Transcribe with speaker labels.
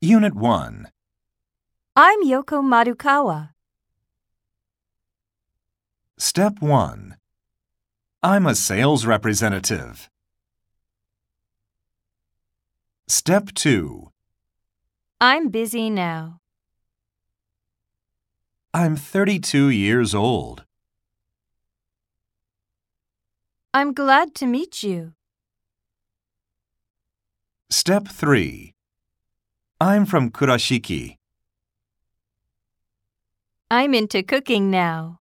Speaker 1: Unit 1.
Speaker 2: I'm Yoko Marukawa.
Speaker 1: Step 1. I'm a sales representative. Step 2.
Speaker 2: I'm busy now.
Speaker 1: I'm 32 years old.
Speaker 2: I'm glad to meet you.
Speaker 1: Step 3. I'm from Kurashiki.
Speaker 2: I'm into cooking now.